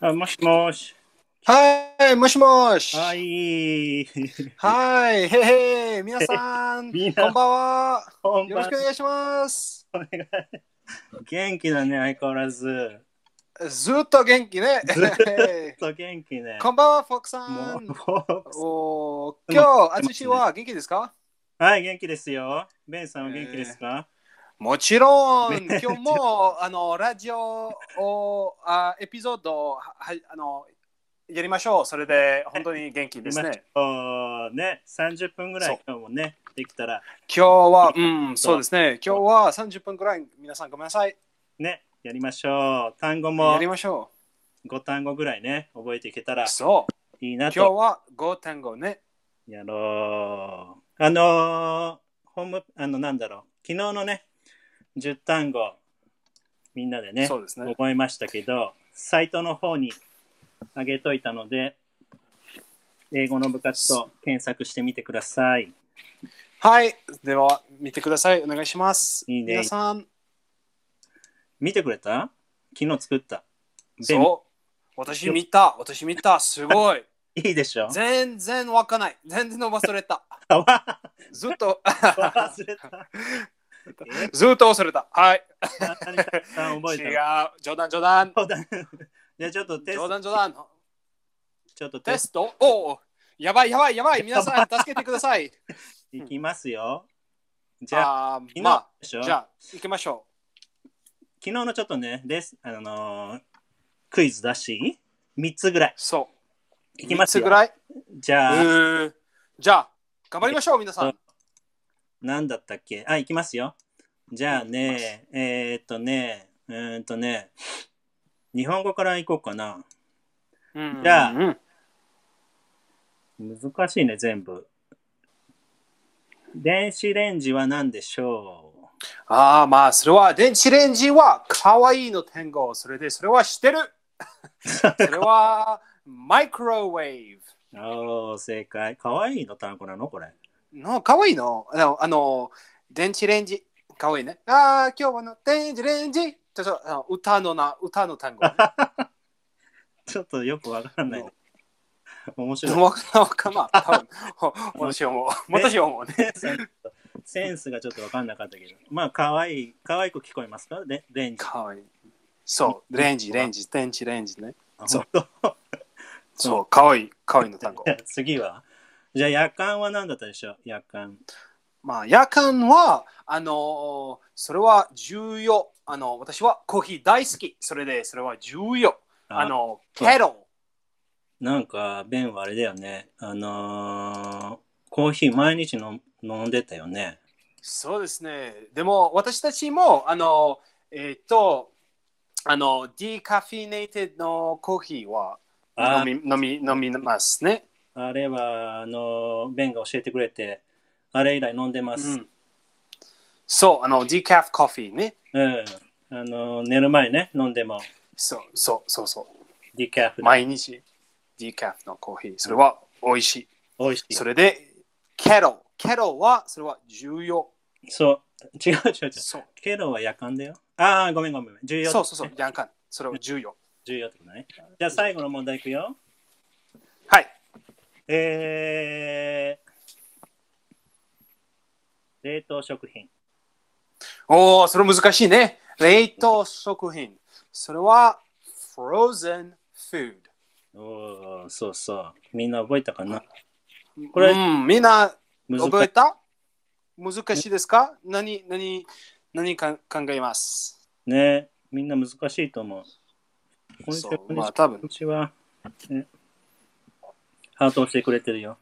あもしもし。はい、もしもし。は。 い。はい、へへ、皆さん、 みんこんな、ばんは。こんよろばんしくお願いします。元気だね、相変わらず。ずっと元気ね。ずっと元気ね。こんばんは、フォークさ。もうんもうおー今日、あつしは元気ですかはい、元気ですよ。ベンさんは元気ですか、もちろん、今日も、あの、ラジオを、あエピソードを、ははい、あの、やりましょう。それで、本当に元気ですね。おーね、30分ぐらそうい今日もね、できたら今日は、うん、そうですね。今日は30分くらい、皆さんごめんなさい。ね、やりましょう。単語やもりましょ5単語ぐらいね、覚えていけたらう。そう。いいな今日と。は5単語ね。やろう。あのー、ホーム、あの、なんだろう。昨日のね、10単語、みんなでねそ、うですね。覚えましたけど、サイトの方に上げといたので、英語の部活と検索してみてください。はい。では、見てください。お願いします。いいね皆さん、見てくれた昨日作った。全部そう。私見た。私見た。すごい。いいでしょ全然わかんない。全然忘れた。あわずっと、 忘れた。えずっと忘れた。はい。何かさん覚え違うた。冗談、冗談。そうだ じゃあちょっとテス冗ト、談、冗談。ちょっとテテススト。おお。やばい、やばい、やばい。皆さん、助けてください。トいきますよ。じゃあ、あー昨まあ日、でしょ、じゃあ、行きましょ。。昨日のちょっとね、レスあのークイズだし、3つぐらいうそ。いうきます三つぐよ。らい。じゃあ、うんじゃあ、頑張りましょう、皆さん。なんだったっけあ、いきますよ。じゃあね、えーっとね、うーんとね、日本語からいこうかな。うんじゃあうん難しいね、全部。電子レンジは何でしょああ、まあ、それは、電子レンジは可愛いの単語。それで、それは知ってる。それは、マイクロウェーうおー、正解。かわいいの単語なのこれ。ブ。の、可愛いの。あの、あの電子レンジ、可愛いね。ああ、今日はの、電子レンジ。ちょっと、あの歌のな、歌の単語。ちょっとよくわからない、ね。面白い。わかんわかんない。多分ほ私はもう、ね私はもうね。センスがちょっとわかんなかったけど。まあ、かわいい、かわいく聞こえますかでレンジ。可愛い。そう、レンジ、レンジ、電子レンジね。あそう本当そう、可愛い、可愛いの単語。 次はじゃあ、夜間は何だったでしょう夜間。まあ、夜間は、あのーそれは重要。あの、私はコーヒー大好き。それで、それは重要。あの、そうケロ。なんか、ベンはあれだよね。あのーコーヒー毎日の飲んでたよね。そうですね。でも、私たちも、あの、えーっと、あの、ディカフィネイテッドのコーヒーはあ飲み、飲み、飲みますね。あれは、あのーベンが教えてくれて、あれ以来飲んでまうす。ん。そう、あの、ディカフコーヒーね。うん。あのー寝る前ね、飲んでも、そう、そう、そう、そディカフう。で毎日、ディカフのコーヒー。それは美味しい。美味しい。そそれで、ケロ。ケロは、それは重要。う。違う違う違う。そうケロは夜間だよ。ああ、ごめんごめん。重要そうそうそう、夜間。それは重要。重要ってことね。じゃあ、最後の問題いくよ。はい。えー、冷凍食品。おお、それ難しいね。冷凍食品。それは、frozen food。おお、そうそう。みんな覚えたかなここれれ、うん、みんな難覚えしい。た難しいですか何、何、何か考えますね、みんな難しいと思う。こんにちそは、こう、んにまあちは。多こん分に。ちは。ねハートをしてくれてるよ。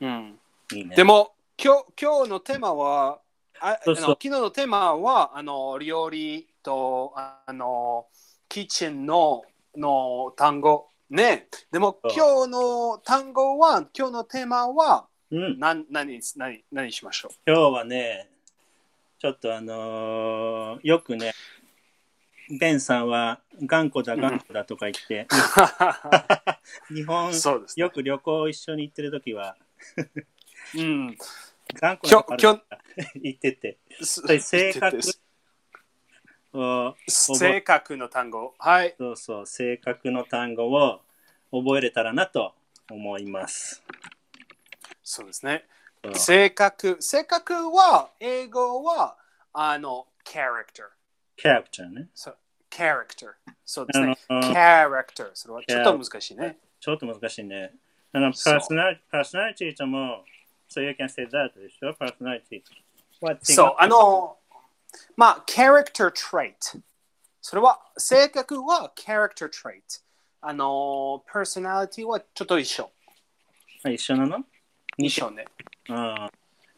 うん。いいね。でも、今日、今日のテーマは、あそうそうあの昨日のテーマは、あの、料理と、ああの、キッチンの、の単語。ね。でも、そう今日の単語は、今日のテーマは、うん、なん何何何しま しょ今日はね、ちょっとあのーよくね、ベンさんは頑固だ頑固だとか言 って、日本う、そうです、ね。よく旅行一緒に行ってる時は、うん。頑固だからきょきょ言ってて、 すそれ性格ですを覚正え確の単語。はい。そうそう正確の単語を覚えれたらなと思います。そうですね。そう性格。性格は、英語は、あの、character。キャラクターね。そう character。そうですね。あの character。それはちょっと難しいね。ちょっと難しいね。あの、そうパーソナリパーソナリティとも、そういう can say that でしょパーソナリティは違う。そう、あの、まあ、character trait。それは、性格は character trait。あの、personality はちょっと一緒。あ一緒なの一緒ね。ああ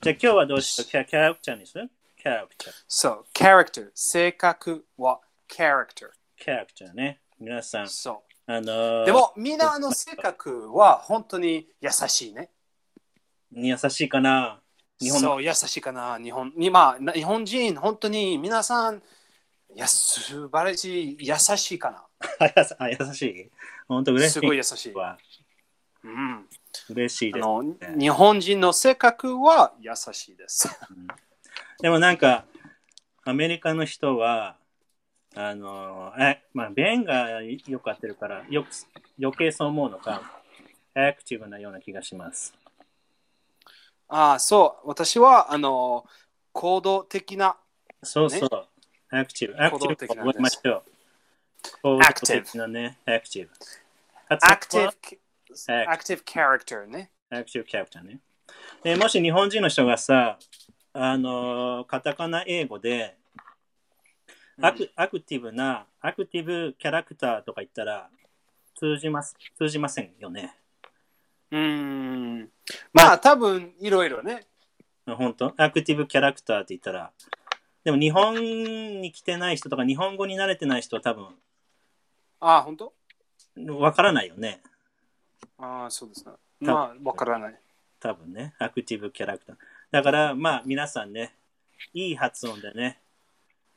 じゃあ今日はどうしようキャキャラクターにするキャラクター。そう、character。性格は character。キャラクターね。皆さん、そあのーう。でも、みんなあの性格は本当に優しいね。優しいかな日本のそう、優しいかな。日本に、まあ、な日本人、本当に皆さん、いや、素晴らしい、優しいかな。 あやさあ優しい本当嬉しい。すごい優しい。わうん。嬉しいあです。の日本人の性格は優しい です。でもなんか、アメリカの人は、あのー、え、まあ、弁がよく合ってるから、よく、余計そう思うのか、アクティブなような気がします。ああ、そう、私はあの行動的な、そうそう。アクティブ。アクティ行動ブ的なん覚ですえましょう。行動アクティブ的なね、アクティブ。アクティブ、 Act アクティブキャラクターね。アクティブキャラクターね。でもし日本人の人がさ、あのーカタカナ英語でアク、アクティブな、アクティブキャラクターとか言ったら通じます、通じませんよね。うん。まあ、多分いろいろね。本当アクティブキャラクターって言ったら。でも日本に来てない人とか日本語に慣れてない人は多分ああ、本当わからないよね。ああ、そうですね。まあ、わからない。多分ね。アクティブキャラクター。だからまあ皆さんね、いい発音でね。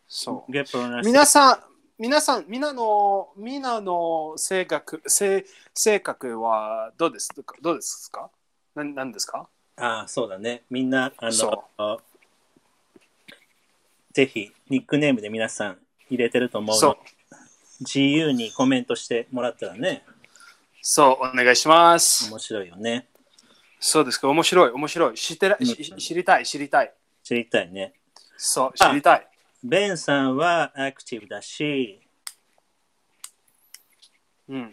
そう。ゲップロナ皆さん、皆さん、みんなの、みんなの性格、性性格はどうですかどうですかなんなんですかああ、そうだね。みんな、あその、ぜひ、ニックネームで皆さん入れてると思うそうの。。自由にコメントしてもらったらね、そう、お願いします。面白いよね。そうですか、面白い、面白い。知ってら、うんし知りたい、知りたい。知りたいね。そう、あ知りたい。ベンさんはアクティブだし、うん。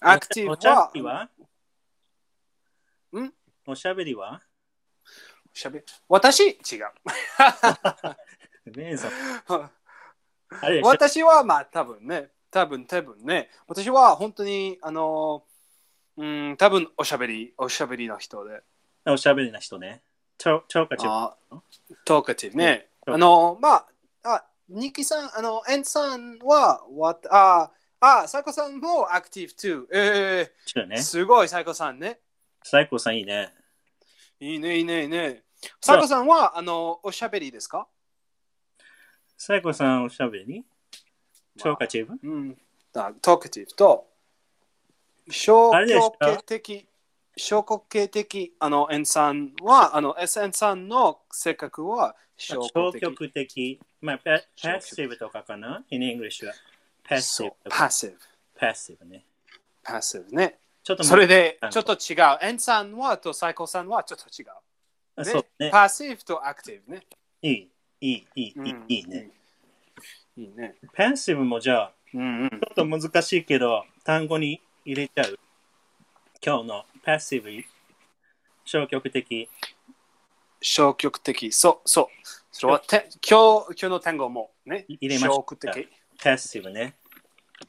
アクティおしゃべりブは、はんおしゃべりはしゃべ私、違ベンさん、 う。あれでしょ私は、まあ、多分ね、多分、多分ね、私は本当に、あの、うん、多分、おしゃべり、おしゃべりの人で。おしゃべりな人ね。ちょ、ちょうかちょあトーカチね。うんあの、まあ、あ、ニキさん、あの、エンさんは、わたあ、あ、サイコさんもアクティブ too。えちょえね。すごい、サイコさんね。サイコさんいいね。いいね、いいね、いいね。そうサイコさんは、あの、おしゃべりですかサイコさんおしゃべりちょうかチーブうん。あ、トークティブと、消あれです極か的、消極的、あの、エンさんは、あの、S エンさんの性格は消極消的。極的。まあ、パ消パッ極的シブとかかな ?in English は。パッシそブう。パッシブ。パッシブね。パッシブね。ちょっとそれであのちょっと違う。エンさんはとサイコさんはちょっと違う。あねそうね。パッシブとアクティブね。いい、いい、いい、うんいいいいね。。いいね。パッシブもじゃあ、うんうんち。ょっと難しいけど、単語に入れちゃう。今日のパッシブ、消極的。消極的。そうそう。それはて今日今日の単語もね。入れましょう消極的。パッシブね。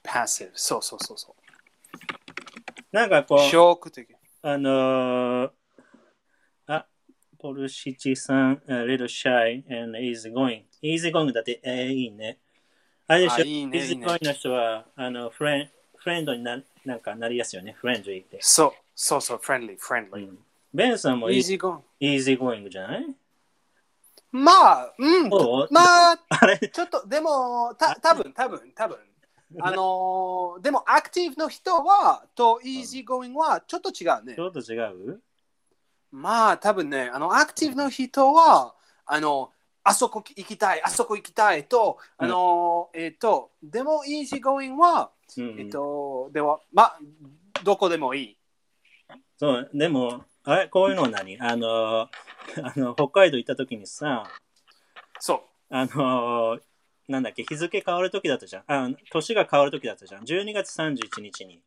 パッシブ。そうそうそうそなんかこう。う、消極的。あのーあ、ポルシチさん、a little shy and easy going. easy going だって、えーいいね。あれでしあょ、いいねいい easy ね going の人は、あの、フレンフレンドにななんかなりやすいよね。フレンドリーって。そうそうそう。フレンリー、フレンうリー。んベンさんも easy go. easy going じゃないまあ、うんそう。まあ、あれちょっと、でも、た多分多分多分あのーでも、アクティブの人は、と、イージーゴーイングは、ちょっと違うねち。ょっと違うまあ、多分ね、あの、アクティブの人は、あの、あそこ行きたい、あそこ行きたいと、あの、えっ、と、でも easy going は、うんえっ、と、では、ま、どこでもいい。そう、でも、あれ、こういうのは何あの、 あの、北海道行った時にさ、そう。あの、なんだっけ、日付変わる時だったじゃん。あ年が変わる時だったじゃん。12月31日に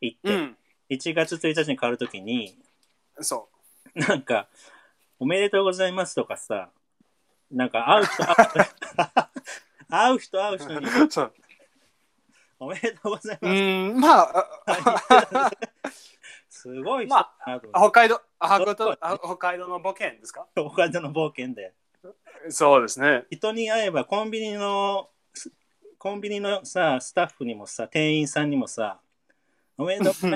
行って、うん。 1月1日に変わる時に、そなんか、おめでとうございますとかさ、なんか会う人、会う人、会う人 に、う。そう。おめでとうございうます。ん、まあ、あすごい人まあだなと思って北 海道、あ北海道あ北海道の冒険ですか北海道の冒険で。そうですね。人に会えばコンビニのすコンビニのさスタッフにもさ店員さんにもさおめでとうって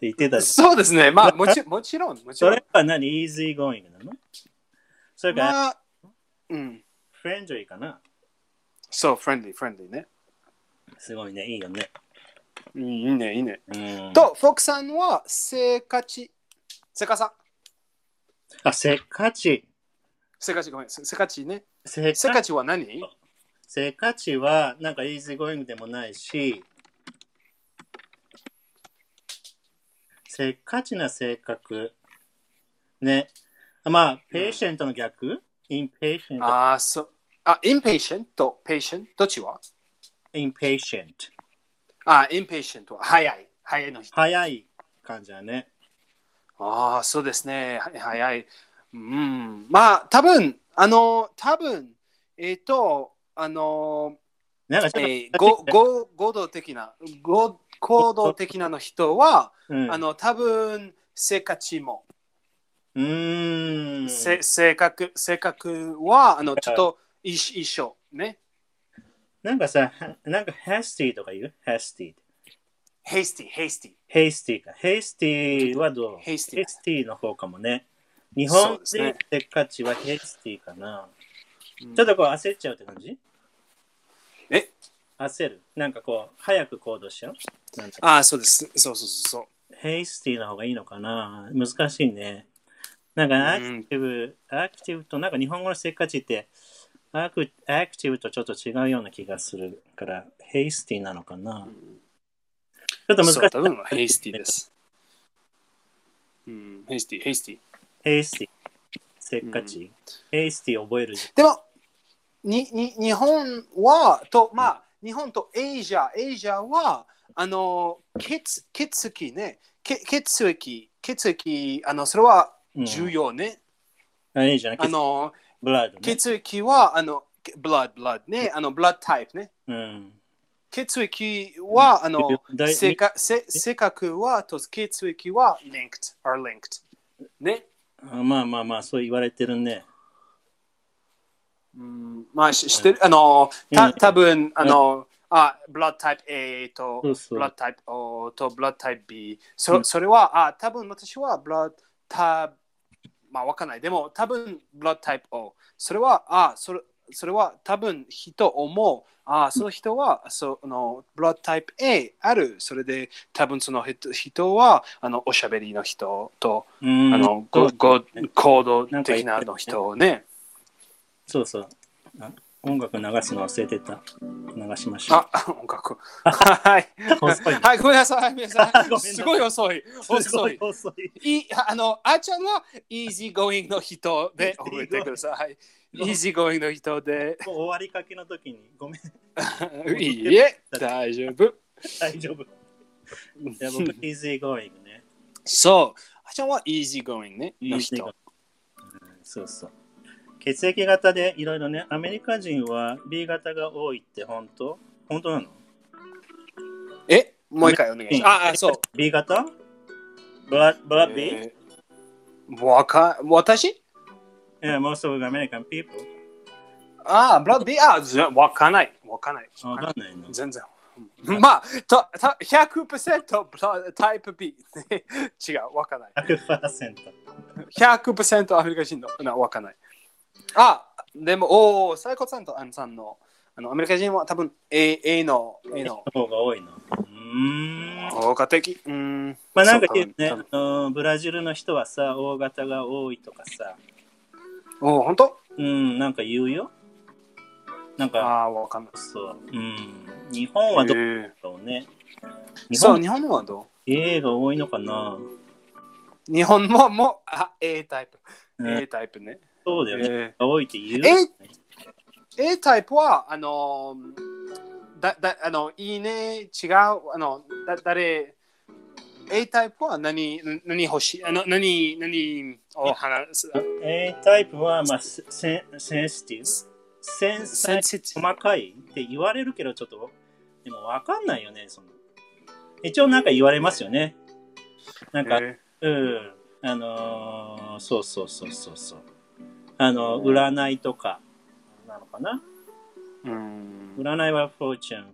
言ってたし そうですね。まあ、もちもちろん、もちそろんれ。は何 easy going なのそれから、まあ、うん。 friendly かなそう、フレンディ、フレンディね。すごいねいいよね、うん、いいね、いいね。うん、と、フォークさんは、せかち。せかさ。あせっかちせかち、ごめん。せかちね。せっせかかちちは何せっかちはなんか easy going でもないしせっかちな性格ねまあ patient の逆、impatient ああ、そう。あ、インペイシェント、ペイシェント、どっちは impatient。あ、インペイシェントは、早い。早いの人。早い感じだね。ああ、そうですね。はい早い。うん。まあ、多分あの、多分えっ、と、あの、なんかちょっと、えー、ごご行動的な、ご行動的なの人は、うん、あの、多分性格も、うーん。せ性格、性格は、あの、ちょっと一緒一緒ね。なんかさ、なんか hasty とか言う ?hasty。ヘイスティ、ヘイスティ。 hasty か。hasty はどう hasty ?hasty の方かもね。日そ本うです人ねせっかちは hasty かな。ちょっとこう焦っちゃうって感じえ焦る。なんかこう、早く行動しちゃうなんかああ、そうです。そうそうそうそう。 hasty の方がいいのかな難しいね。なんかアクティブ、アクティブと、なんか日本語のせっかちってアク、アクティブとちょっと違うような気がするから、hasty なのかなちょっと難しそう、い。多分ヘイスティです。うん、ヘイスティ、ヘイスティ。 hasty。せっかち。hasty 覚えるじでも、にに日本はと、まあ、日本とエイジア、エイジアは、あの、血血液ね、血血液、血液、あの、それはゃん。重要ね。うん、あいいじゃないあの、ブラッド、ね。血液は、あの、blood、blood ね、あの、blood type ね。うん。血液は、あの、大性格性性格は、と血液は linked, are linked。ね。あまあまあまあ、そう言われてるね。うんまあ、し知ってる、あの、た多分あの、あ、ブラッドタイプ A と、そうそうブラッドタイプ O と、ブラッドタイプ B。そ,、それは、あ、多分私はブラッドタイプ、まあ、わかんない。でも、多分ブラッドタイプ O。それは、あ、それそれは多分人思う。あ、その人は、その、ブラッドタイプ A ある。それで、多分その人人は、あの、おしゃべりの人と、うん。あの、ごご行動的なの人をね。そうそう。あ音楽流すの忘れてた。流しましょう。あ、音楽。はい。遅いはい、ごめんなさい、ごめんなさ。ごめんないさいすごい遅い。すご 遅いい。遅い。いいあの、あーちゃんは easy going の人で覚えてください。easy going の人で。もう終わりかけの時に、ごめん、いいえ、大丈夫。大丈夫。じゃあ僕、easy going ね。そう。あーちゃんは easy going ね、の Easy 人 going。そうそう。血液型でいろいろね、アメリカ人は B 型が多いって本当本当なのえ、もう一回お願いします。ああ、そう。 ?B 型ブラブラ B?、えーわか、私 yeah, most of American people. ああ、ブラッディ、ああ、ぜわかんない。わかんない。わかんないの。全然。まあ、たた100%ブラタイプ B。違 う、わかんない。 100%。 100%アメリカ人のなわかんない。あ、でも、おお、サイコさんとアンさんのあのアメリカ人は多分 A, A の A の方が多いの。うーん。効果的。うーん。まあなんかそうね、多あ分のブラジルの人はさ、大型が多いとかさ、お本当うん、なんか言うよ。なんあか、あ、わかんない。そう。うん。日本はどうえだーろうね。日そう、本日本のはど A が多いのかな、う日本のも、あ、A タイプ。うん、 A タイプね。そうだよね。え多いって言う、ー A タイプは、あのー、だだあのいいね、違う、あの、だ誰、A タイプは何、何欲しい、あの何、何を話す、 A タイプは、まあ、セセセンシティブ。センサセインシティ細かいって言われるけど、ちょっと、でもわかんないよね。その一応なんか言われますよね。なんブか、うん。あのーそうそうそうそうそう。あの、占いとか、なのかなうん占いはフォーチュン、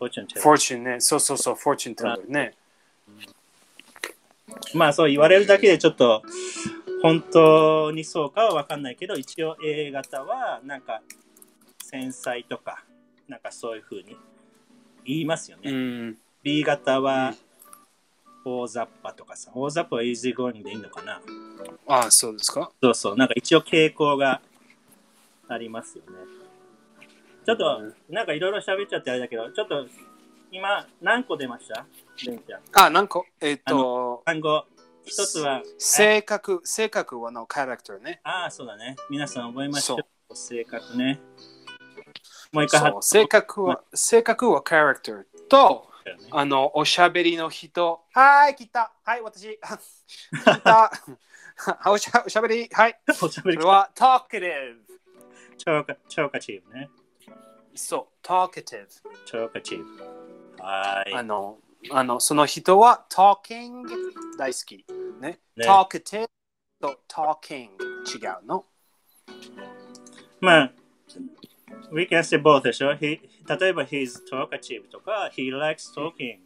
フォーチュンテフォーチュンね、そうそうそう、フォーチュンテールね。まあそう言われるだけでちょっと本当にそうかは分かんないけど一応 A 型はなんか繊細とかなんかそういうふうに言いますよね、うん。 B 型は大雑把とかさ大雑把はイージーゴーイングでいいのかなああ、そうですか。そうそうなんか一応傾向がありますよねちょっとなんかいろいろ喋っちゃってあれだけどちょっと今何個出ましたレンちゃんあ、何個えっ、と、単語一つは性格、性格はのキャラクターね。ああ、そうだね。皆さん覚えましょ。そう性格ね。もう一回そう性格は、性格はキャラクターと、ったよね。あの、おしゃべりの人。はい、来た。はい、私。来た。 おしゃおしゃべり。はい。 おしゃこべりれは、talkative。超過超過チームね。そう、talkative。超過チーム。はーあい。の、あの、その人は talking 大好き。ね。ね talkative と talking 違うの。まあ、we can say both でしょ。He, 例えば、he's talkative とか、he likes talking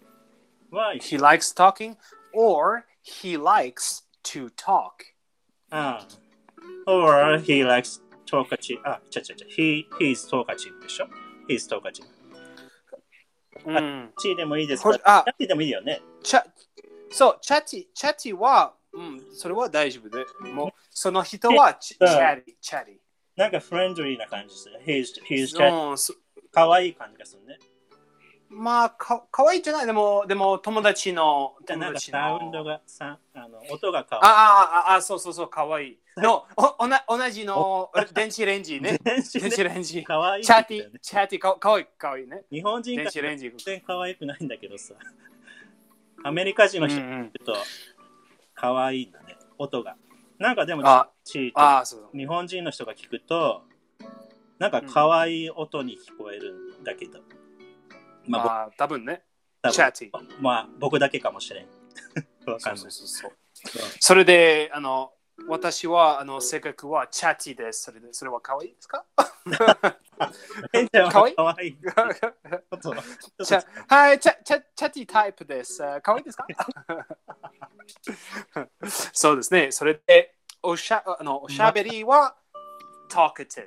は、 He likes talking or he likes to talk. ああ or he likes talkative。あ、ちゃちゃちゃ。he, he's talkative でしょ。he's talkative。うん。 C でもいいですこかれあだってでもいいよね。チャそう、チャティ、チャティは、うん、それは大丈夫で。もう、その人はチうチんャリ、チャリ。なんかフレンドリーな感じでする。he's, he's, うん、そかわいい感じがするね。まあ、かかわいいじゃない。でも、でも友達の、じゃあなん友か達サウンドの。がさあの音が変ああわあああ、そうそうそう、かわいい。の、おおな同じの 電子レンジ ねる。。電子電子レンジ。かわいいんチだャよテね、ィ、チャティ、かかわいい、かわいいね。日本人電から子レン全ジ。然可愛くないんだけどさ。アメリカ人うのんう人ちょん、っと可愛いんだね、音が。なんかでもあちああ、そうそう。日本人の人が聞くと、なんか可愛い音に聞こえるんだけど。まあまあ、多分ね。僕チャティ。多分まあ僕だけかもしれん。 わかんそない。うそうそうそううんそれで、あの、私は、あの、性格はチャティです。それで、それは可愛いですかえ じゃあ可愛い可愛いことは。チャはい、チャチャチャティタイプです。あ可愛いです かそうですね。それで、おしゃあのおしゃべりは talkative。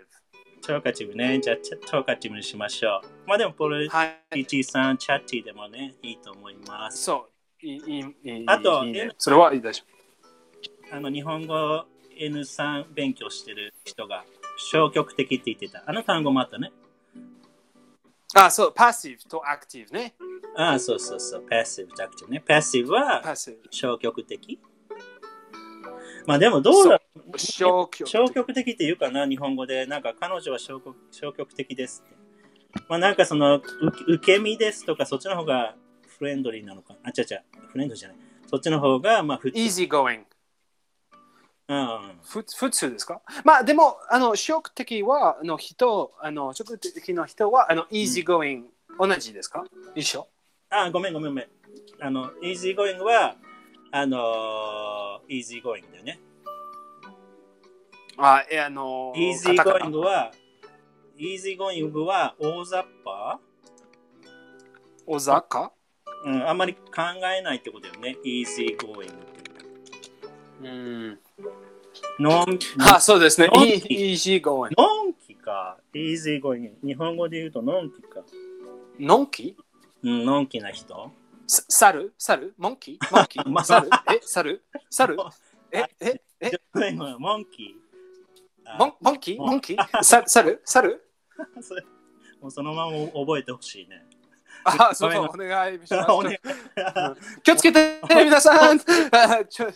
トーカチブね。じゃあ、ちょトーカチブにしましょう。まあでも、ポルはい。チチさん、チャッティでもね、いいと思います。そう。いいいいいいあといいね N それはいいでしょあの、日本語 N3 勉強してる人が、消極的って言ってた。あの単語もあったね。う。あ、そう、パッシブとアクティブね。ああ、そうそうそう。パッシブとアクティブね。パッシブはパシブ。消極的。まあでも、どうだ消去。消極的っていうかな、日本語で。なんか、彼女は消極消極的ですって。まあなんか、その、受け受け身ですとか、そっちの方がフレンドリーなのか。あ、違う違う。フレンドリーじゃない。そっちの方が、まあ、普通。 easy going。うん。ふ普通ですかまあでも、あの、消極的は、あの人、あの、消極的な人は、あの、easy going、同じですか一緒あ、ごめんごめんごめん。あの、easy going は、あのー、easy going だよね。あ、え、あの、 easy カタカナ going は、easy going は大雑把、おざかうん、あんまり考えないってことだよね。easy going。うん。のん、あ、そうですね。のん e- easy going。のんきか。easy going。日本語で言うとのんきか。のんきうん、のんきな人。さ猿猿モンキーモンキまあー猿え猿猿えええごめんごめん、モンキー。あモンモンキーモンキーササルサルそれもうそのまま覚えてほしいね。あ、そうそう、お願いし ます。気をつけて、皆さんあちょ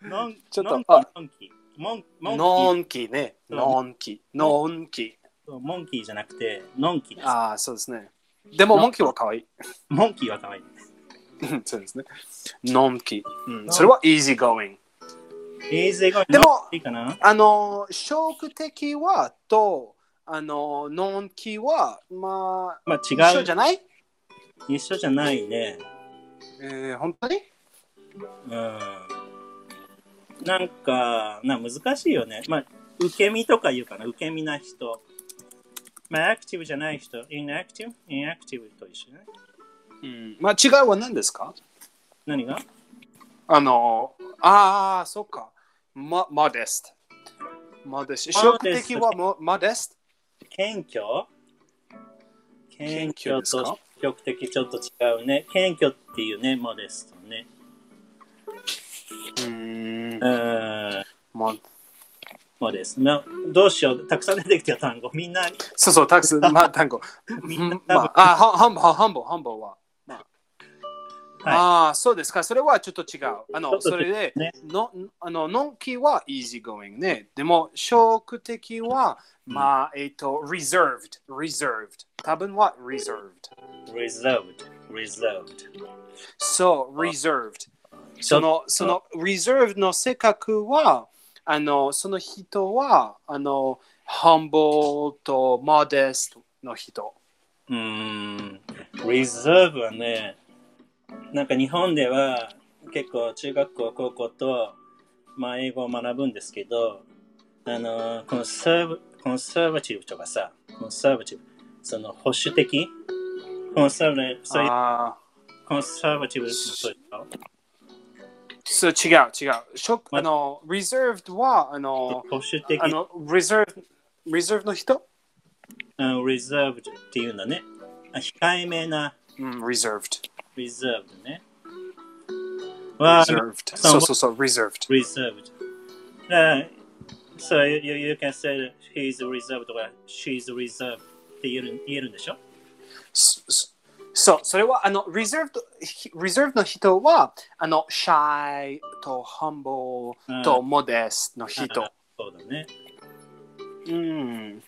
ノンちょっとノンキあモンキーモンモンキーノンキーね。ノンキー。ノンキそうモンキーじゃなくて、ノンキーでー。す。ああ、そうですね。でも、モンキーは可愛い。モンキーは可愛い。うんそうですね。ノンキー。うんそれは easy going。英語がでもいいかなあの、食的はと、あの、ノンキーは、ままあ違あ、一緒うじ。ゃない一緒じゃないね。えー本当にうん。なんか、な難しいよね。まあ、受け身とか言うかな。受け身な人。まあ、アクティブじゃない人。インアクティブインアクティブと一緒ね。うんまあ、違いは何ですか何があの、ああ、そっか。ま、モデスト。モデスト。職 modest 的はもモデス謙虚謙虚謙虚ですかと積極的ちょっと違うね。謙虚っていうね、モデストね。ト。うーんう。ーん、もモデスト。などうしよう。たくさん出てきた単語。みんな、そうそう、たくさん、まあ、単語。みんなまあ、あ、ハハンボ、ハンボ、ハンボは。まあ、はいあー、そうですか。それはちょっと違う。あちょの、っと違そうれで、ねの、あの、のんきは easy going ね。でも、職的は、まあ、えっと、reserved、reserved。多分は reserved。 reserved, reserved. そう、reserved。ちょそっとの、その、reserved の性格は、あの、その人は、あの、humble と modest の人。うーん、reserve はね、なんか日本では結構中学校、高校と、まあ、英語を学ぶんですけど、あのコンサーブ、コンサーバティブとかさ、コンサーバティブ、その保守的、コンサーバティブ、そういうああ。コンサーバティブもそうでしょそう違う違う。ショックまあの、reserved はあの、保守的、あの、reserved、reserved の人うん reserved っていうんだね。あ控えめなうん、reserved。 reserved ね。は、 reserved。そそううそうそう、reserved。 reserved. Uh, so you, you, you can say that he's reserved or she's reserved って言える言えるんでしょそそそう、それはあの、reserved、ひ reserved の人は、あの、shy と humble と modest のあ人。そうだね。うん。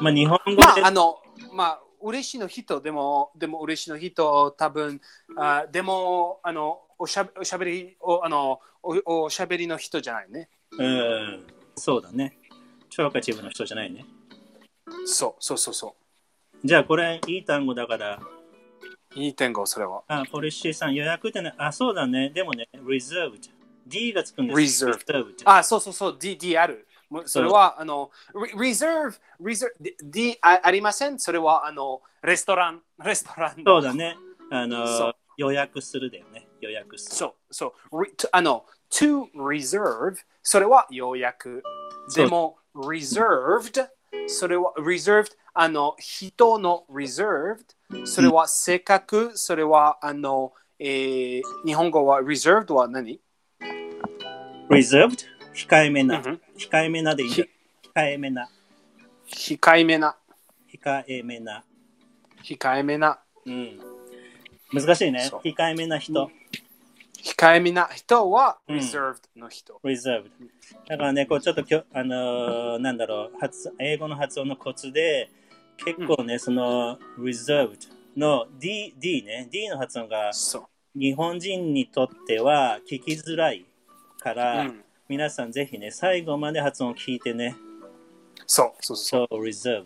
まあ日本語で、まあ、あの、まあ、嬉しいの人でも、でも嬉しいの人、多分、あでも、あの、おしゃべおしゃべり、おあのお、おしゃべりの人じゃないね。うん、そうだね。超過チームの人じゃないね。そうそうそうそじゃあこれいい単語だから、う。2.5それは。あ、ポリシーさん予約ってね、あ、そうだね。でもね、reserved。D がつくんです。 reserved reserved あ、そうそうそう、D、D ある。もうそれは、あの、re- reserve、reserve、D- D あありません。それは、あの、レストラン、レストランその。うだね。あそのう、予約するだよね。予約する。そうそう。re- to- あの、to reserve、それはようやく。そうでも、reserved、それは、reserved、あの、人の reserved、それは性格、それは、あの、えー、日本語は reserved は何 reserved? 控えめな。うんうん控えめなでいいんだよ。控えめな。控えめな、控えめな。控えめな。うん。難しいねそう。控えめな人。控えめな人はうん reserved の人。 reserved。だからね、こうちょっときょ、あのーなんだろう発、英語の発音のコツで、結構ね、その reserved の D, D ね、D の発音がそ日本人にとっては聞きづらいかう。うら、ん。皆さんぜひね、最後まで発音を聞いてね、そうそうそそう reserved。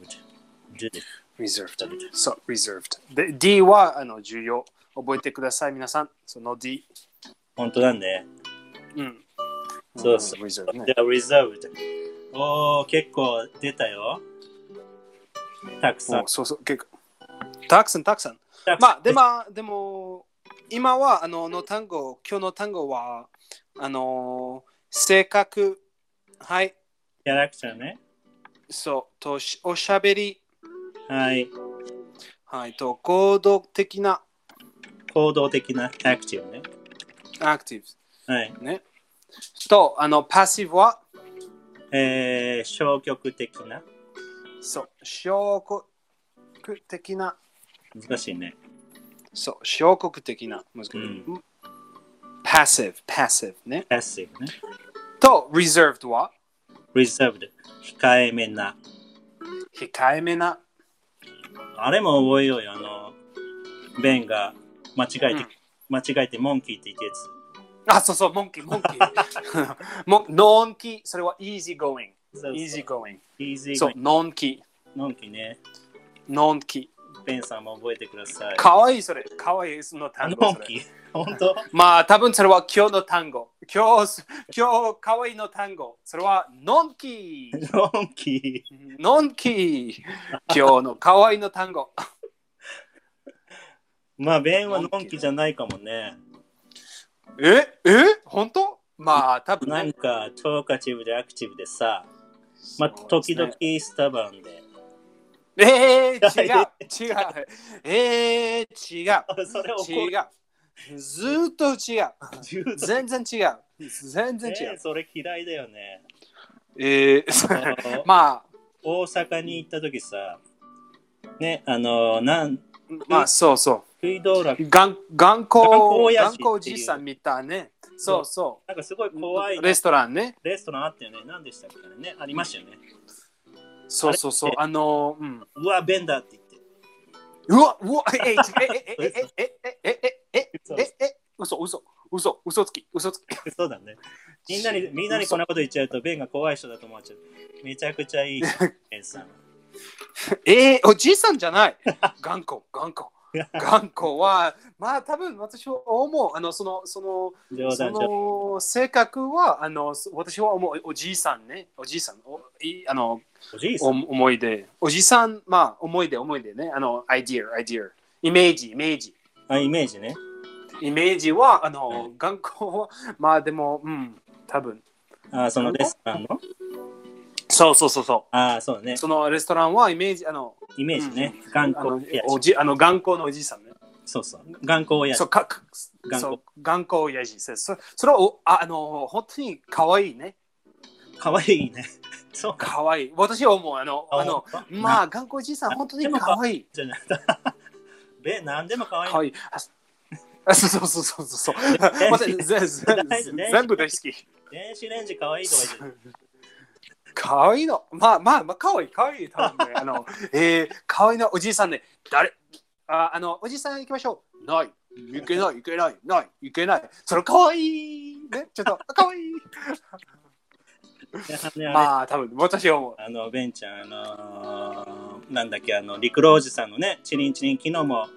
Judith う。reserved。そう、reserved。で、D はあの重要。覚えてください、皆さん。その D。本当だね。うん。そうそうん reserved ねじ。ゃあ、reserved。おー、結構出たよ。たくさんもう。そうそう、結構。たくさんたくさん。たくさんまあ、でも、でも、今はあのの単語、今日の単語は、あの、性格、はい、キャラクターね。そう、としおしゃべり、はい。はい、と行動的な行動的なアクティブね。アクティブ。はい。ね。と、あの、パッシブは、えー消極的な。そう、消極的な。難しいね。そう、消極的な。難しい。う passive、passive ね。 passive ね。と、reserved は reserved。控えめな。控えめな。あれも覚えようよ。あの、ベンが間違えて、間違えてモンキーって言ったやあ、そうそう、モンキー、モンキ ー。モンノンキー、それは easy going。つ。そうそう easy going。 easy そう going、ノンキのんきね。ー、ノンキベンさんも覚えてくださいー。。かわいいそれ、かわいいその単語のんそれ。き本当まあ、多分それは今日の単語。今日、今日、かわいいの単語。それは、ノンキー。のんき ノンキー。今日のかわいいの単語。まあ、ベンはのんきじゃないかもね。ええ本当まあ、多分なね、んか、トーカチブでアクティブでさ、まあ、そう時ですね々。スタバンで。え ー、違う、違う。えー、違う。それ怒る。違う。ずーっと違う。全然違う。全然違ねう。 それ嫌いだよ ね。えあー、 のまあ、大阪に行った時さ、ね、あの、なん、まあ、そうそ水道楽う。、がん頑固、頑頑固固おおじじいいささんんみたいね。そそううそ。なんかすごいう怖いレレストランね。レストランあったよね。何でしたっけね。ありましたよね。そうそうそう。あの、うん。うわ、ベンダーって言って。うわ、うわ、え、え、え、え、え、え、え、え、え、え、え、え、嘘、嘘、嘘、嘘つき、嘘つき。そうだね。みんな に、みんなにこんなこと言っちゃうと、ベンが怖い人だと思っちゃう。めちゃくちゃいい人、ベン さん。えー、おじいさんじ ゃない頑固頑固頑固はまあ多分私は思うあのそのその冗そ談じゃ。の性格はあのそ私は思うおおじいさんねおじいさんおいあのおじいおさん。思い出おじさんまあ思い出思い出ねあのアイディアアイディアイメージイメージあ、イメージね。イメージはあの、はい頑固はまあでもうん多分あ、そのレストランのそうそうそうそああ、そうだねう。そのレストランはイメージあのイメージね。頑あの固。いや、おじあの頑固のおじいさんねそうそう。頑固親そう父。かか頑固そう頑固親父そそそれはおああの本当に可愛いねかわいいね。 そうか。可愛い私は思うあのあのまあ頑固おじいさん本当に可愛いじゃない。 ベン、なんでもかわいい可。愛いああそうそうそうそうそうね私ぜぜ大事ね全部大好き電子レンジかわいいとか言ってる。可愛いのまあまあまあ可愛い可愛い多分ねあのえー、可愛いのおじいさんね誰ああのおじいさん行きましょうない行けない行けないない行けないそれ可愛いねちょっと可愛いいやあれまあ多分私は 思うあの、ベンちゃん、あのーなんだっけ、あの、陸老おじさんのね、チリンチリン、昨日も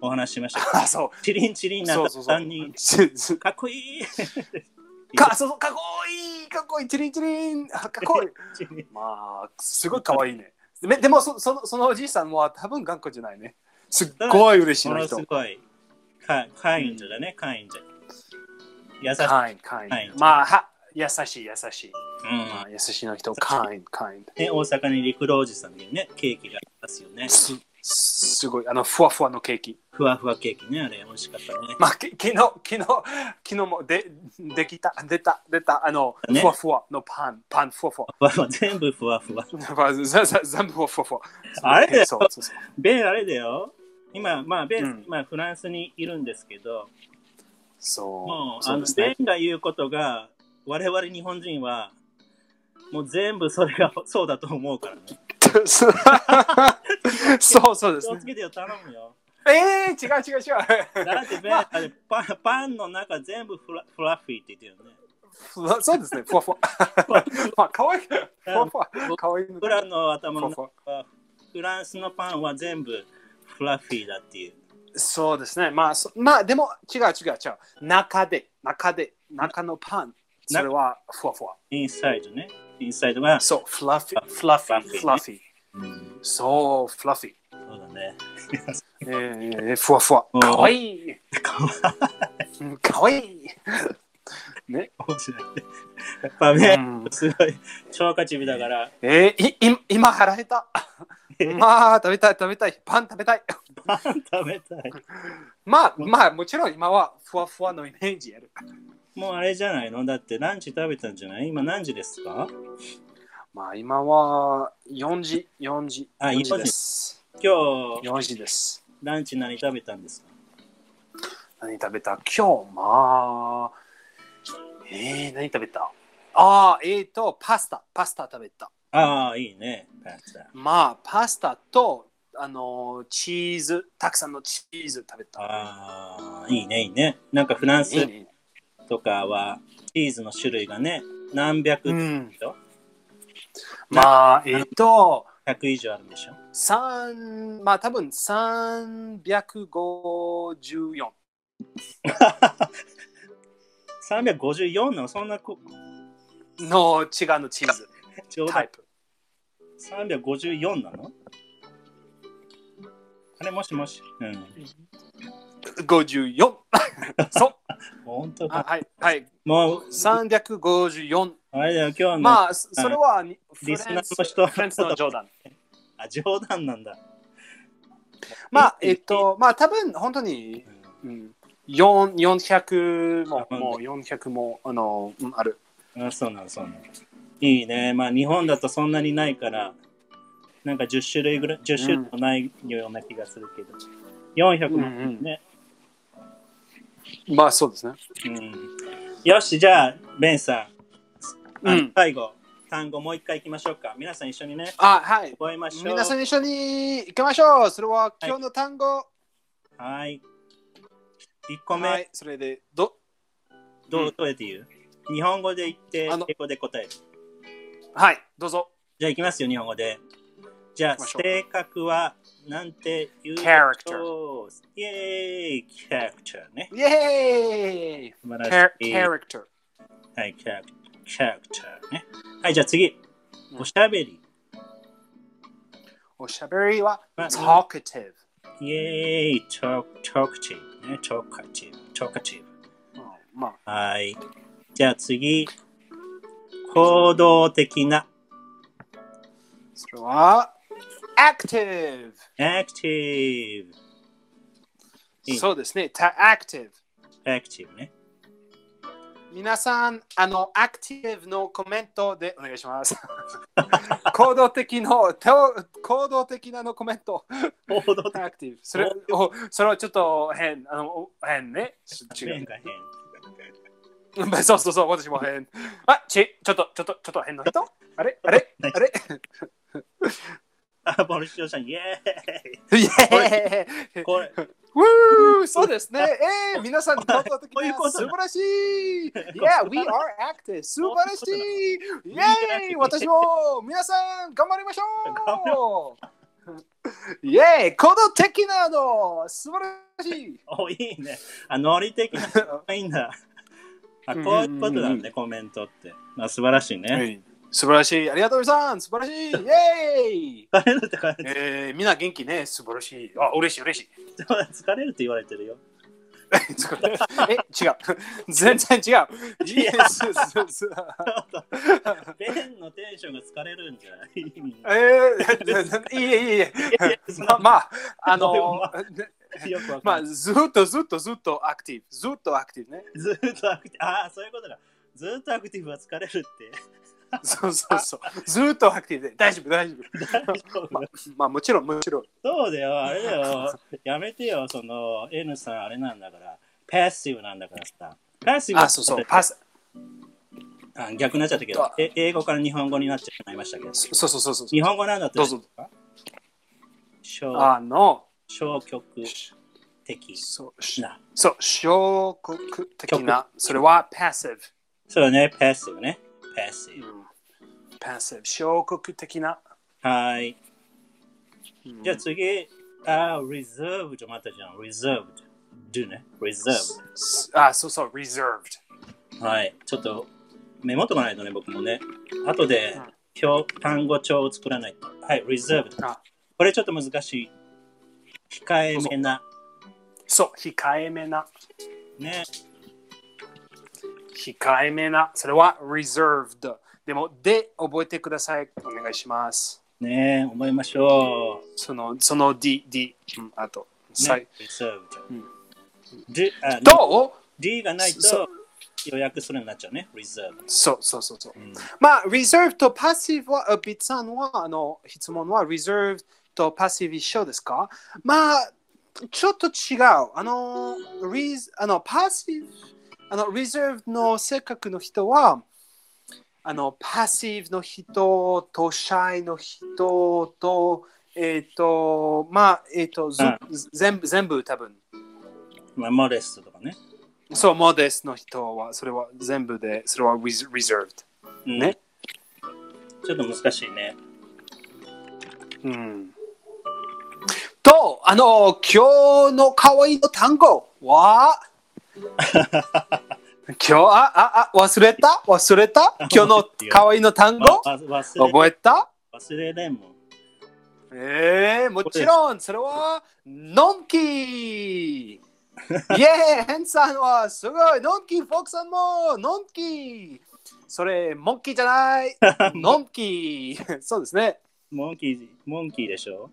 お話ししま したけど。あそうチリンチリンなそんうだそうそう。 3人、ちかっこ いいかそうそうかっこいいかっこいいチリンチリンあかっ こいいまあすごいかわいいね。ででもそそのそのおじいさんは多分頑固じゃないね。すっごい嬉しいもなのす人。ごい、か、カインドだね、カインド。優しい。 kind kind はいまあは優しい優しい。うんまあ優しいの人 kind kind ね、大阪に陸老おじさんでね、ケーキがありますよね。すすごいあのふわふわのケーキ。ふわふわケーキね、あれ、美味しかったね。まあき昨日昨日昨日もでできた出た出たあの、ねふわふわのパンパンふわふわ。ふわふわ全部ふわふ わ。ざざ全部ふわふわ。あれだよそうそうそう。ベン、あれだよ。今、まあ、ベン、うん今、フランスにいるんですけど、そうもう、そあうのです、ねベンが言うことが、我々日本人は、もう全部それがそうだと思うからね。 そうそうです気をねつ。けてよ、頼むよ。えー、違う違う 違だってベン、あれパンパンの中全部フラフラッフィーって言ってるよね。う。そうですね。ふわふわ。まあ、かわいい。ふわふわ。かわいい。僕らの頭の中ふわふわ。は、フランスのパンは全部フラッフィーだっていう。そうですね。まあ、そまあ、でも、違う違う違う。中で、中で、中のパン。それは、ふわふわ。インサイドね。インサイドは、そう、フラフィー、フラフィー、フラフィー。うんそう、フラフィー。そうだね。 えー、ふわふわ。かわいい。うんかわいい。面白い。やっぱね、うんすごい、超価値ビだから、えー、いい今腹減った。まあ、食べたい、食べたい。パン食べたい。 パン 食べたい。まあまあもちろん今はふわふわのイメージやる。もうあれじゃないのだってランチ食べたんじゃない今何時ですかまあ今は4時、4時、あ4時です。今日、 4時です。ランチ何食べたんですか何食べた今日、まあ、えー、何食べたああ、えーと、パスタ、パスタ食べた。ああ、いいね。パスタまあ、パスタと、あの、チーズ、たくさんのチーズ食べた。ああ、いいね、いいね。なんかフランいいスね。とかはチーズの種類がね、何百うでん。しょ、まあ、えーと、 100以上あるんでしょ三まあ多分354。 354のそんなこの違うのチーズちょうタだイいプ。 354なのあれもしもしうん 54! そう本当あかはいはい。もう354。あれだよ今日の、まあそそれはにフリスナラーンスの人フランスの冗談。あ冗談なんだ、まあえっとまあ多分本当に、うんうん、4 400もあもう400もあのうんある。あそうなのそうなのいいねまあ日本だとそんなにないからなんか10種類ぐらい10種類もないような気がするけど、400もね、まあそうですね。うんよしじゃあベンさんあのうん最後、単語もう一回いきましょうか皆さん一緒にねあはい。覚えましょう皆さん一緒に行きましょう。それは今日の単語。はい1個目、はい、それで、ど、どううんどうやって言う、日本語で言ってあの英語で答えるはい、どうぞ。じゃあ行きますよ、日本語で。じゃあ、行きましょう性格はなんて言うでしょうイェーイキャラクターね。イェーイ素晴キらャしい。ラクター。はい、キャラクキャラクターね。はい、じゃあ次う。んおしゃべり。おしゃべりは、まあ talkative。イェーイチョクチョクチーブね。チョクチーブ。チョクチーブ。まあ、はい。じゃあ次。行動的な。それは、active。アクティブ。いいねそうですね、た active。アクティブね。皆さん、あの、active のコメントでお願いし ます。行動的の、手を行動的なのコメント。行動的な。 active。それ、おそれはちょっと変、あの、お変ね。違う変。が変。うん そうそうそう、私も変。あち、ちょっと、ちょっと、ちょっと変な人あれあれあれ あ、ボルシオさん、イェーイイエーイこれ、ウーそう ですね。えー、皆さん、本当的こういにうことはな素晴らしい !Yeah, we are active! 素晴らしいイエーイ私も皆さん、頑張りましょうイエーイこの的なの素晴らしいお、いいね。あ、ノリ的な、いいんだ。あ、うんこういうことうだんうんうね、コメントって。あ、素晴らしいね。素晴らしいありがとうさん素晴らし いイエーイ疲れるって言われてえー、みんな元気ね素晴らしいあ、嬉しい嬉しい疲れるって言われてる よ。え、違う。 全然違う。いや Yes, yes, yes. ベンのテンションが疲れるんじゃないみんなえー、いえいえいいえ。やそんなままあ、あのま、よくわまかんあ、ないずっとずっとずっとアクティブ。ずっとアクティブね。ずっとアクティブ、あ、そういうことだ。ずっとアクティブは疲れるって。そうそうそう。ずっとアクティブで。大丈夫、大丈夫。大丈夫まあ、まあ、もちろん、もちろん。そうだよ、あれだよ。やめてよ、その N さん、あれなんだから。パッシブなんだからさ。パッシブあ、そうそう。パス。あ逆になっちゃったけど、え英語から日本語になっちゃいましたけど。そうそうそうそう。日本語なんだったらどうぞ消あの、消極的そう、しな。そう、消極的な。それは passive。そうだね、パッシブね。パッシブ。 passive。消極的な。はい。うんじゃあ次、あ、reserved またじゃん。reserved。do ね。reserved。あ、そうそう、reserved。はい。ちょっとメモとかないとね、僕もね。後で、今日単語帳を作らないと。はい、reserved。あこれちょっと難しい。控えめな。そう、控えめな。ね。控えめな。それは reserved。でも、で、覚えてください。お願いします。ね思いましょう。その、その D、D、うん、あと、さいね、reserved うん。 D あ D- どう D がないとそ、予約するようになっちゃうね、reserve。そうそうそうそう。うんまあ、reserve と passive は、あビッツさんは、あの、質問は reserve と passive 一緒ですかまあ、ちょっと違う。あの、res あの passive、あの、reserve の性格の人は、あの、passive の人と shy の人と、えっ、と、まあ、えっ、と、ず全部、全部多分。まあ、モレストとかね。そう、モデスの人は、それは全部で、それは res- reserved。うんね。ちょっと難しいね。うんと、あの、今日の可愛いの単語は、今日、あ、あ、あ、忘れた忘れた今日の可愛いの単わ語わ忘れ覚えた忘れレモン。ええもちろん、それは、のんきイェーイヘンさんはすごいのんきフォークさんものんきそれ、モンキーじゃないのんきそうですね。モンキー、モンキーでしょ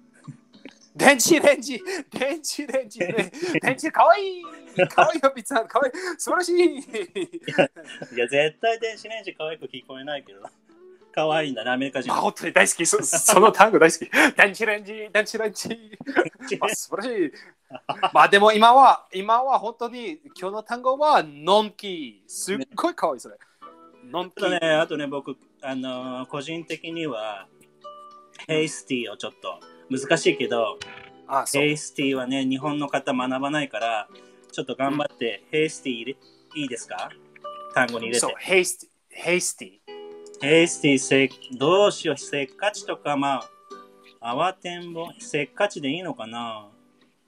電池レンジ電池レンジ電池かわいいかわいいよピッツァかわいい素晴らしいいや、絶対電子レンジ可愛く聞こえないけど。 可愛いんだね、アメリカ人まあ。本当に大好きそその単語大好き電池レンジ電池レンジあ素晴らしいまあでも今は今は本当に今日の単語はのんきすっごいかわいいそれのんあきとね、あとね、僕、あのー個人的には、ヘイスティをちょっと難しいけど、あそうヘイスティはね、日本の方学ばないから、ちょっと頑張って、ヘイスティ入れいいですか単語に入れそうて。ヘイスティヘイスティヘイスティせっ、どうしよう、せっかちとか、まあ、慌てんぼ、せっかちでいいのかな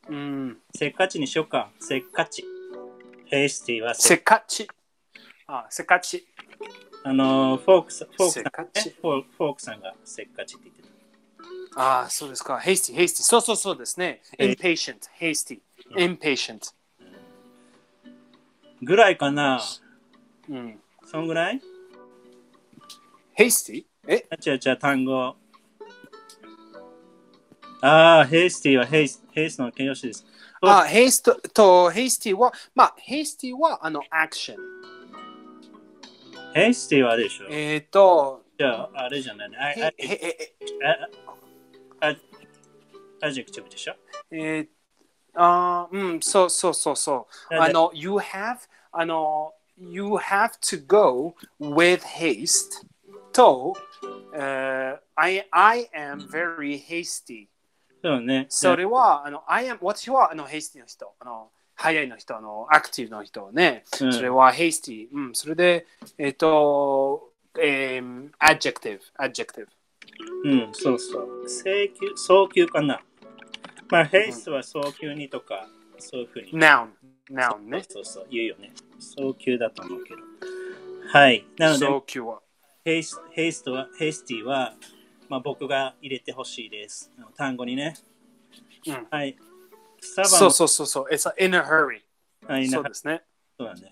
うんせっかちにしようか、せっかち。ヘイスティはせせっっかちあせっかちあのー、フォークさん、フォークさせんっね、かちフォーフォークさんがせっかちって言ってた。ああ、Ah, そうですか。hasty, hasty. そうそうそうですね。え impatient, hasty, impatient. ぐらいかなうん。そんぐらい hasty? えあちゃちゃ単語。ああ、ヘイスティはヘイスヘイスの形容詞です。あ、haste と hasty は、まあ、hasty はあの action。ヘイスティはあれでしょえっ、ー、と、じゃあ、あれじゃないね。へあへへあああアジェクティブでしょえーあーうん、そうそうそうそう。あの、you have, あの、you have to go with haste と、えー I, I am very hasty. そうね。それは、あの、I am、私は、あの、ヘイスティの人、あの、早いの人、あの、アクティブの人ね。うんそれは、ヘイスティ。うん、それで、えっ、と、えー、adjective、adjective。うん、そうそう。請求、早急かな。まあ、ヘイスは早急にとか、そういうふうに。 noun、noun ね。そうそう、言うよね。早急だと思うけど。はい。なので、早急は。ヘイスヘイストはヘイスティは、まあ、僕が入れてほしいです。あの単語にね。うんはい。スタバンそうそうそうそう。it's in a hurry。はいなそうですね。そうだね。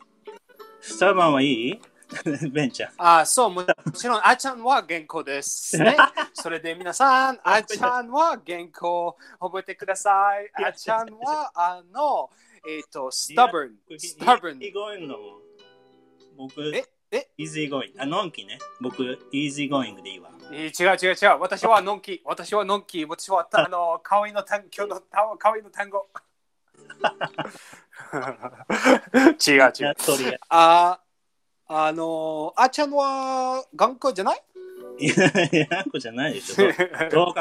スタバンはいい ベンちゃん。あーそう、もちろん、あちゃんは原稿です、 ね。それで皆さん、あちゃんは原稿覚えてください。あちゃんは、あの、えっ、と、stubborn、イージ stubborn ー。ゴイングだもん。僕、え、え、イージーゴイング。あ、のんきね。僕、イージーゴイングでいいわ。えー違う違う違う。私はのんき。私はのんき。私はたあの可愛いの単今日のた可愛いの単語。 違う違う。とりあああのあちゃんは頑固じゃない？えず。いや、なんこじゃないで しょ。どう考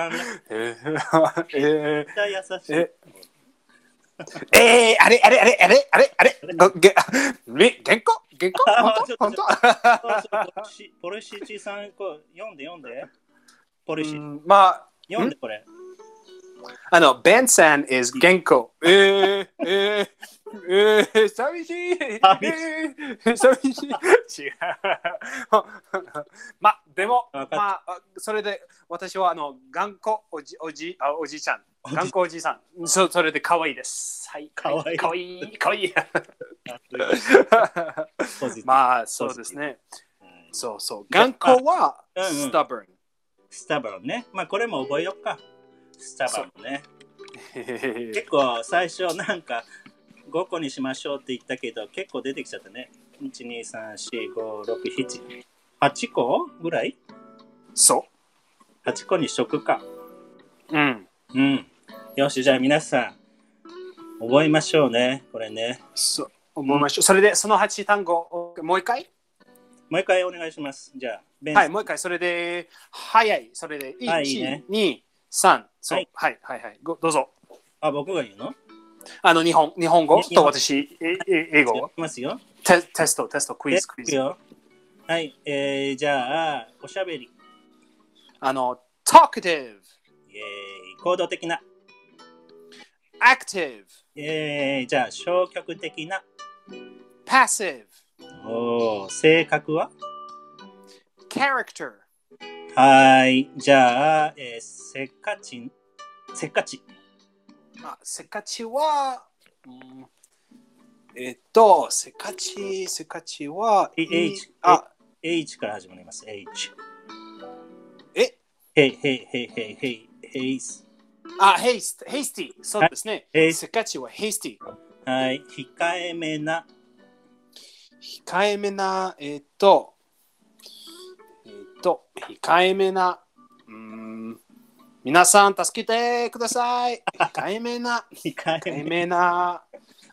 ええーえたら優しい。えーえーあれあれあれあれあれあれどげ え原稿原稿 あ本当そう本そうポリシポリシーチさん、こう読んで読んで。ポ当。リうシー、んまあ。読んでこれ。あの、ベンさん is 原稿。えー、えー、えー、寂しい。寂しいえー、寂しい。違う。まあ、でも、わかまったあ、あそれで、私は、あの、頑固おじ、おじ、あおじいちゃん。頑固おじいさん。そそれで、可愛いです。はい。可愛い可愛い。可 愛い。ポジティブまあ、そうですね。うんそうそう。頑固は、うんうん stubborn。スタバンね。まあこれも覚えよっか。スタバンね。結構最初なんか5個にしましょうって言ったけど結構出てきちゃったね。 1、2、3、4、5、6、7。8個ぐらいそ ?8 個にしとくか。う。うん。うん。よし、じゃあ皆さん、覚えましょうね。これね。そう思いましょう。それで、その8単語をもう一回もう一回お願いします。じゃあ、ベンはい、もう一回。それで、早い。それで、1、はいいいね2、3。そはうい。はい、はい、はい。ごどうぞ。あ、僕が言うのあの、日本日本語日本と私、ええ英語 いきますよ。テテスト、テスト、クイズ、クイいくズ。よ。はい、えー、じゃあ、おしゃべり、あの、talkative, イエーイ行動的な、 active, イエーイじゃあ、消極的な、 passive, おー性格は character, はーい、じゃあ、えー、せっかち、せっかち、あせっかちは、うんえっと、せっかち、せっかちは、えい H あ、 H から始まります、H。え、へいへいへいへいへいへいす。あ、ヘイス、ヘイスティ、そうですね。はいせっかちはヘイスティ。はい、控えめな、控えめな、えっと、えっと、控えめな、うん、皆さん助けてください。控え めな、控控ええめ、めな。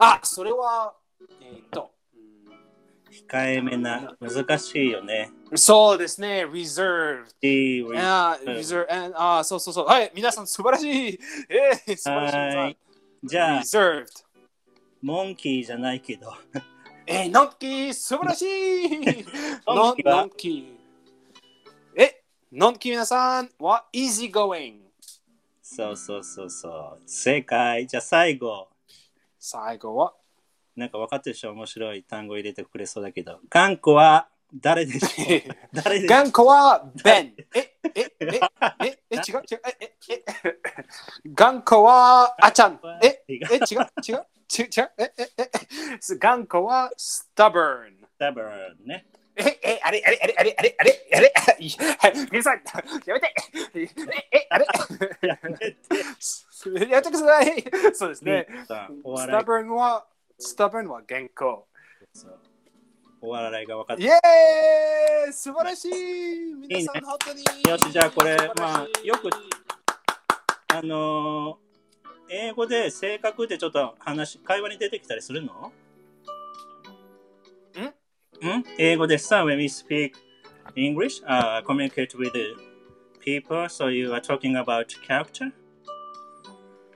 あ、それは、えっと、控えめな、難しいよね。うんそうですね、reserve。 D あうん reserve and あ、そうそうそう。はい、皆さん素晴らしい。えー、素晴はらしいい。じゃあ、 reserved。モンキーじゃないけど。えー、のんきー、素晴らしい ののんきはのんきー。え、のんき皆さんは easy going。そうそうそうそう。正解。じゃあ最後。最後 はなんか分かってる人は面白い単語入れてくれそうだけど。頑固は誰でし ょう誰でしょう頑固は Ben。え、え、え、え、え、違う、違う、え、え、え、頑固はあちゃん。え、え、違う、違う、ち違う、え、え、え、え頑固は stubborn。多分 ね。え、え、あれ、あれ、あれ、あれ、あれ、あれ、あれ、はい皆さん、やめて。え、え、あれ。やめてやってください。そうですね。さあお笑い stubborn は、stubborn は原稿。そうお笑いが分かっイてエーイ素晴らしい皆さん、本当に。よしじゃあこれ素晴らしいまあよくあのー英語で性格ってちょっと話、会話に出てきたりするのん英語でさ、when we speak English,、uh, communicate with people, so you are talking about character?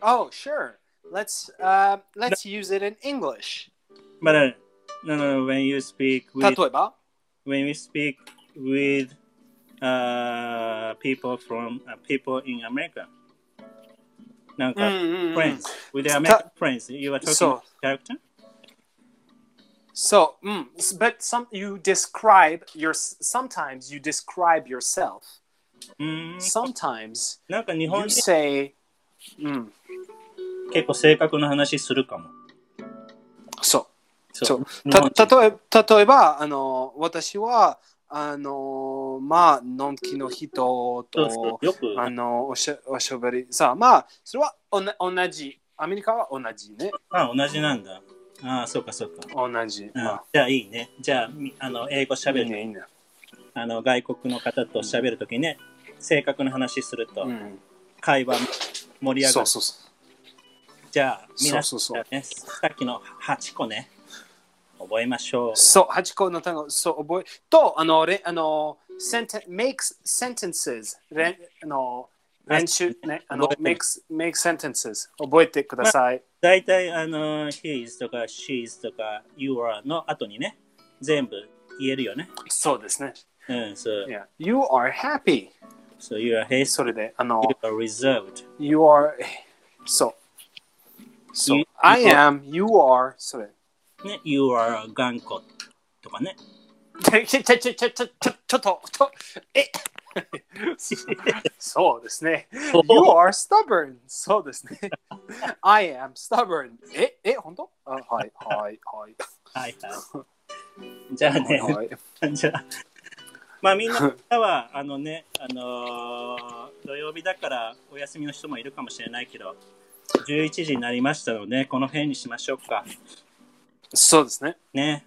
Oh, sure. Let's, uh, let's use it in English. But uh, no, no, when you speak 例 with えば when we speak with uh, people from uh, people in America, なんうんか、うんうん friends with the American friends, you are talking そう character. So, うん but some, you describe your, sometimes you describe yourself. うーん Sometimes なんか日本 you 人 say, mm, うん、結構性格の話するかも。そう。そそうう。日本人た例え例えばあの私はあのまあのんきの人そうそとうよくあのおしゃおしゃべりさあまあそれはおな同じアメリカは同じねあ同じなんだ。ああ、そうかそうか。同じ、うんまじゃあいいね。じゃあみあの英語しあゃべいるいねいいね、あの外国の方としゃべるときね、性格の話するとうん、会話も盛り上がそるう。そうそうじゃあ、皆そさ、うそうそうんね、さっきの8個ね、覚えましょそう八個の単語そう覚えとあのれあの senten makes sentences れあの練習ねあの覚えて makes make sentences 覚えてください、う。だいたい、あの、his とか she's とか you are の後にね、全部言えるよね。そうですねうん、そう。 Yeah. You are happy. So you are his, それで、あの you、are reserved. You are そう。そう。 You- I you am, you are それ。ね、you are 頑固とかね。ちょ、ちょ、ちょ、ちょ、ちょ、ちょ、ちょっと、ちょ、 えそうですね。お You are stubborn. そうです ね。I am stubborn. え、え、本当あはい、はい、ははい。い はい。じゃあね、はい、じゃあ。まあみんなは、 あのね、あのー土曜日だからお休みの人もいるかもしれないけど、11時になりましたので、この辺にしましょうか。そうですね。ね。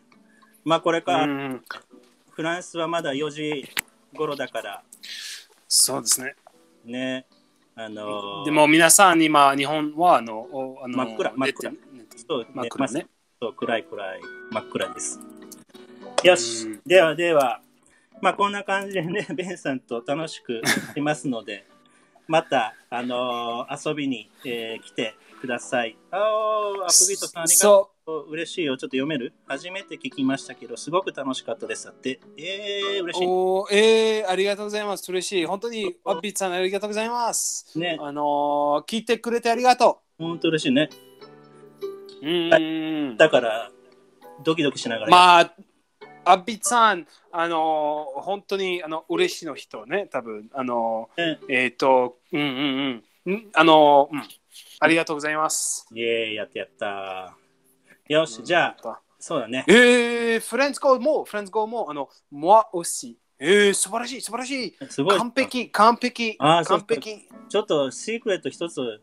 まあこれ うから、ん、フランスはまだ4時頃だからそうですね。ね、あのーでも皆さん今、日本はあの、おあの真っ暗真っ暗寝て寝てそうね真っ暗ね。そう暗い暗い真っ暗です。よし、うんではでは、まあこんな感じでね、 ベンさんと楽しくいますので、 また、あのー遊びに、えー来てください。あーアプビートさんありがとう。そう嬉しいよ。ちょっと読める初めて聞きましたけど、すごく楽しかったですだって。えー、嬉しい。おーえー、ありがとうございます。嬉しい。本当に、ワッピーさんありがとうございます。ね、あのー、聞いてくれてありがとほんと嬉しいね。う。うん。だから、ドキドキしながら。まあ、アッビーさん、あのー、本当に、あの、嬉しいの人ね、多分あのねー、えっ、と、うんうんうんん。あのー、うん。ありがとうございます。イエーイ、やったやった。よし、じゃあ、あ。そうだね。えー、フレンズ語も、フレンズ語も、あの、moi aussi。えー、素晴らしい、素晴らしい。すごい。完璧、完璧、あーそう完璧。ちょっとシークレット一つ、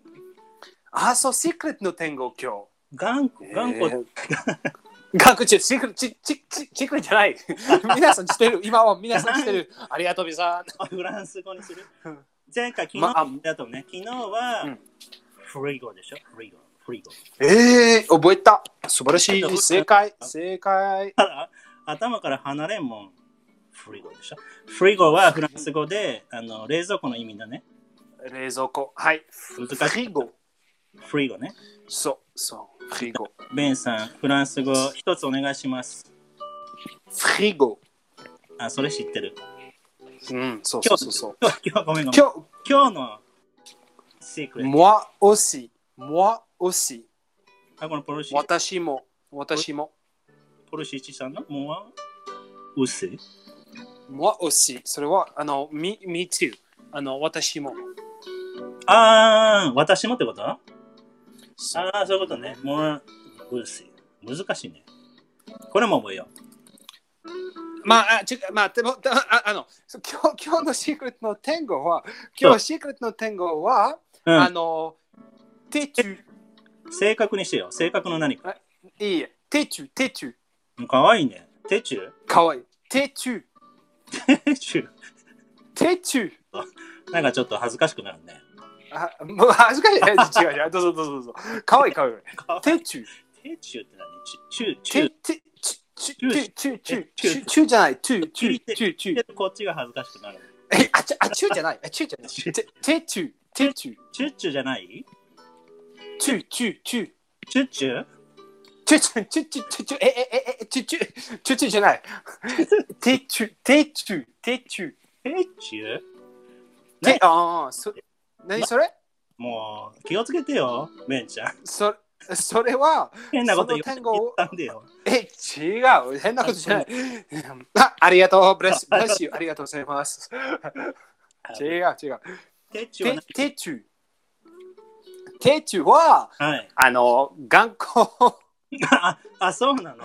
あ、そう、シークレットの天国今日。頑固、頑固、学中、シークレチチチチークレじゃ ない。皆さん知ってる。今は皆さん知ってる。ありがとう、ビザフランス語にするうん。前回、昨まあ日だとね、昨日うはん、フリゴでしょ、フリゴ、フリゴ。ー。ええ覚えた。素晴らしい。正解。正解。ただ、頭から離れんもん、フリゴでしょ。フリゴはフランス語で、あの冷蔵庫の意味だね。冷蔵庫。はい。フ難しいリゴ。フリゴね。そう、そう。フリゴ。ベンさん、フランス語一つお願いします。フリゴ。あ、それ知ってる。うん、そうそ今う日そうそう。、今日、今日ごめんごめん。今日、今日のシークレット。 moi aussi。moi aussi。あ、このポルシー、私も。私も。ポルシーチさんのもは、うせ。 moi aussi。それは、あの、me, me too。あの、私も。ああ、私もってことあそうあー、そういうことね。もう、うし難しいね。これも覚えよまあ、あちゅまあ、でも、でもああの、そう今日、今日のシークレットの天狗は、今そう日シークレットの天狗は、う。あうの、テチュ、ん。正確にしてよ。正確の何か。いいえ、テチュ、テチュ、かわいいね。テチュかわいい。テチュ、テチュテチュ。なんかちょっと恥ずかしくなるね。あ、もう恥ずかしいえ。違う違う、どうぞどうぞどうぞ。かわいいかわいい。テチュ、テチュって何チュ、チュ、テチュ。テチュ、チュ、チチュュ、チュ、チュ、チュじゃない、チュ、チュ、チュ、チュ。こっちが恥ずかしくなる。え、あちゅ、あちゅじゃない、あちゅじゃない。チュテテチュ、テチュ、チュッチュじゃないチュ、チュ、チュ。チュッチュチュチュチュチュチュチュええええチュチュチュチュじゃない。テチュテチュテチュテチュテああそ何それもう気をつけてよ、ベンちゃん。そそれは変なこと言その単語をったんでよ。え違う変なことじゃない。あありがとうブレスブレスユありがとうございます。違う違うテチュはテテチュテチュは何はい。あの頑固あ、あそうなの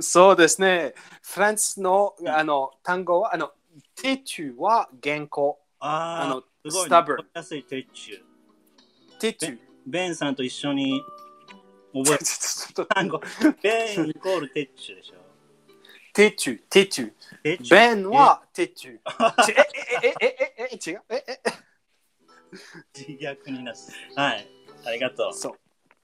そうですねフランスのあの単語はあのテチュは頑固あーあのすごい、ね。 stubborn 覚えやすいテチュ。テチュベンさんと一緒に覚えた ちょっと単 語。ベンイコールテッチュでしょ。テチュ、テチュ。テッチュベンはテチュ。ちえ、え、え、え、え、え、違う。え、え、自虐になる。はい。ありがとう。そう。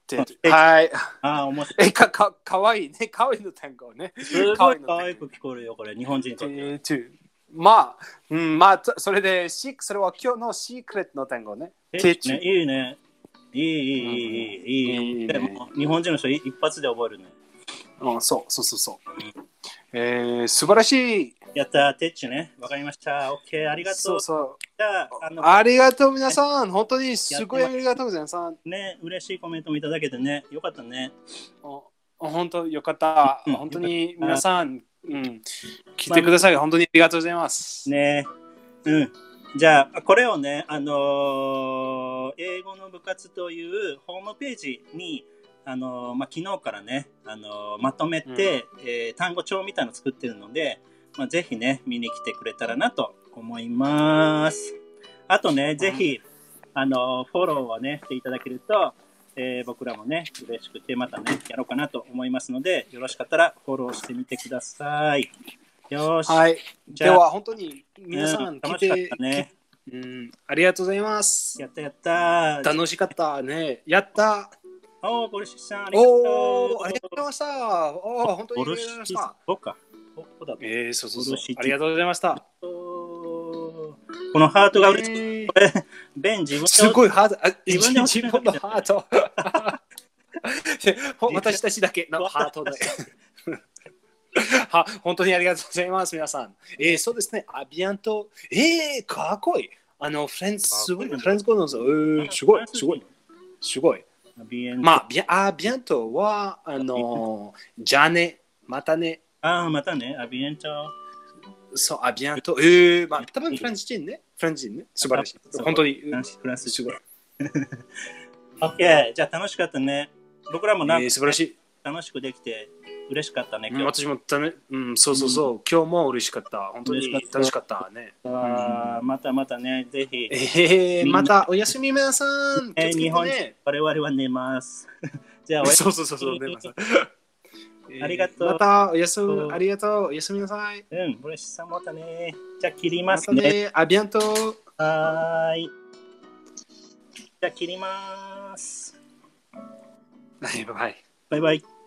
テチュ。はい。 ああ、面白い。え、か、か、かわいいね。かわいいの単語ね。すごかわいいいの可愛く聞こえるよ、これ。日本人にとって。テチュ。まあ、うん、まあ、とそれで、シーク、それは今日のシークレットの単語ね。テッチテッチュね。いいね。いい、いい、いい、いい、いいい。いねでも、日本人の人、い一発で覚えるね。うん、そう、そうそうそう。えー、素晴らしい。やった、テッチね。わかりました。オッケー、ありがと。そううそう。じゃあ、あの、ありがとう、皆さん。本当に、すごいありがとうございます。ね、嬉しいコメントもいただけてね。よかったね。お本当よかった。うん本当に皆さん、うん、聞いてください。本当にありがとうございます。ねうん。じゃあ、これをね、あのー英語の部活というホームページに、あのーまあ、昨日からね、あのーまとめて、えー単語帳みたいの作ってるので、まあ、ぜひね、見に来てくれたらなと思います。あとね、ぜひ、あのーフォローをね、していただけると、えー僕らもね、嬉しくて、またね、やろうかなと思いますので、よろしかったらフォローしてみてください。よーし。はい。じゃであは、本当に皆さうんん、来楽しかってた、ね。うん、ありがとうございます。やったやった。楽しかったね。やった。おー、ボルシチさん、ありがとう。おー、ありがとうございました。おー、本当にボあルりがとうシございましチさんた。、そうか。そうそうだえー、そうそうそボうルシ。チありがとうございました。おーこのハートが嬉しい。えーこれベン、自分すい。ごいハート。あ自分で自分のハー ト。私たちだけのハートで。 は本当にありがとうございます、皆さん。えー、そうですね、アビアント。えー、かっこいい。あの、フレンズ、すごい、かっこいいねフレンズ語なんですよ。えーすごい、すごい、。すごい。ビエンまあ、ビアアビアントは、あの、じゃあね、またね、ああ、またね、アビエンチャー。そう、アビアント。えー、まあ、多分フランス人ね、フランス人ね、素晴らしい。本当に、フランス、フランスすごい。オッケー、じゃあ楽しかったね。僕らもなんえかー素晴らしい。楽しくできて嬉しかったね、うん今日。私もため、うん、そうそうそう、今日も嬉しかった。本当に嬉しかった楽しかったね。あーまたまたね、ぜひ、えー、みんなまたおやすみ皆さん。えー気をつけて日本ね。我々は寝ます。 じゃあ、おやすそうそうそうそう、ねまたありがとうえーまたおやすみ、ありがとう、おやすみなさい。うん、ボレシさんまたね。じゃあ、切りまますたね。ね、アビアント。 はーい。じゃあ、切ります。はいバイバイ。バイバイ。